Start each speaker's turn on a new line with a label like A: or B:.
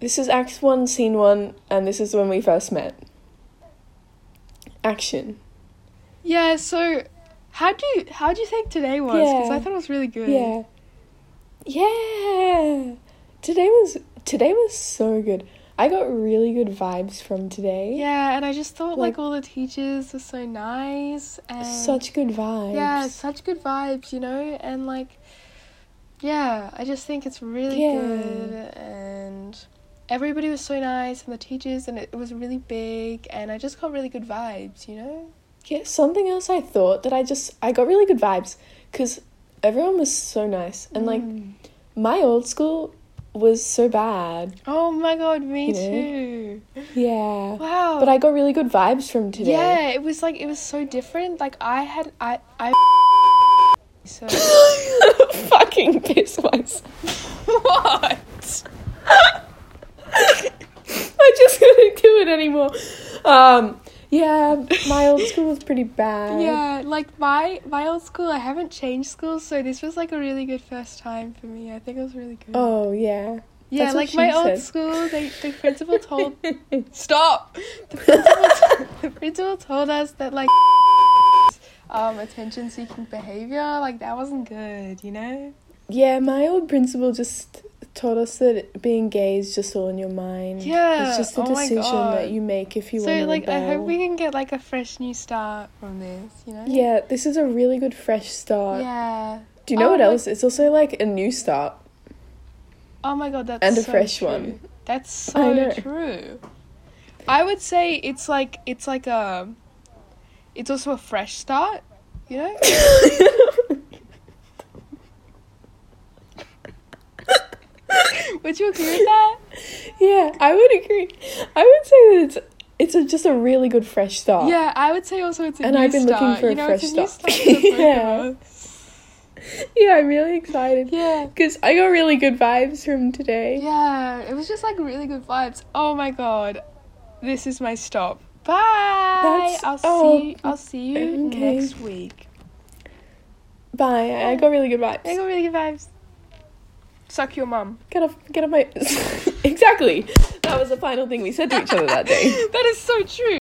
A: This is Act 1, Scene 1, and this is when we first met. Action.
B: Yeah, so how do you how do you think today was? Because
A: Yeah.
B: I thought it was really good.
A: Yeah. Yeah. Today was today was so good. I got really good vibes from today.
B: Yeah, and I just thought
A: Like-
B: like, all the teachers were so nice and
A: Such good vibes.
B: yeah, such good vibes, you know, and like yeah, I just think it's really
A: Yeah.
B: good and everybody was so nice and the teachers and it was really big and I just got really good vibes, you know?
A: Yeah, something else I thought that I just I got really good vibes cuz everyone was so nice and like
B: Mm.
A: my old school was so bad.
B: Oh my god, me
A: You know?
B: too.
A: Yeah.
B: Wow.
A: But I got really good vibes from today.
B: Yeah, it was like it was so different. Like I had I I so
A: Fucking piss myself.
B: what?
A: I just couldn't do it anymore. Um, yeah, my old school was pretty bad.
B: Yeah, like my my old school. I haven't changed schools, so this was like a really good first time for me. I think it was really good.
A: Oh yeah.
B: yeah,
A: that's what
B: like my
A: she
B: old
A: said.
B: school. They the principal told stop. The principal, t- the principal told us that like um attention seeking behavior like that wasn't good. You know.
A: Yeah, my old principal just told us that being gay is just all in your mind.
B: Yeah,
A: Mm. It's just a
B: oh my
A: decision
B: God.
A: that you make if you
B: so
A: want to
B: like I hope
A: rebel.
B: we can get like a fresh new start from this. You know.
A: Yeah, this is a really good fresh start.
B: Yeah.
A: Do you know
B: Oh,
A: what
B: like-
A: else? It's also like a new start.
B: Oh my god, that's
A: And a
B: so
A: fresh
B: true.
A: one.
B: That's
A: I
B: so
A: know.
B: true. I would say it's like it's like a it's also a fresh start, you know? would you agree with that?
A: yeah, I would agree. I would say that it's it's a, just a really good fresh start.
B: Yeah, I would say also it's a
A: And
B: new
A: I've been looking
B: start.
A: for a
B: you know,
A: fresh
B: it's a new
A: start.
B: start. for the both of
A: Yeah.
B: us.
A: Yeah, I'm really excited.
B: Yeah.
A: Because I got really good vibes from today.
B: Yeah. It was just like really good vibes. Oh my god. This is my stop. Bye.
A: That's-
B: I'll see
A: oh,
B: I'll see you
A: okay.
B: next week.
A: Bye. I got really good
B: I
A: vibes.
B: got really good vibes. Suck your mum.
A: Get off, get off my. exactly. That was the final thing we said to each other that day.
B: that is so true.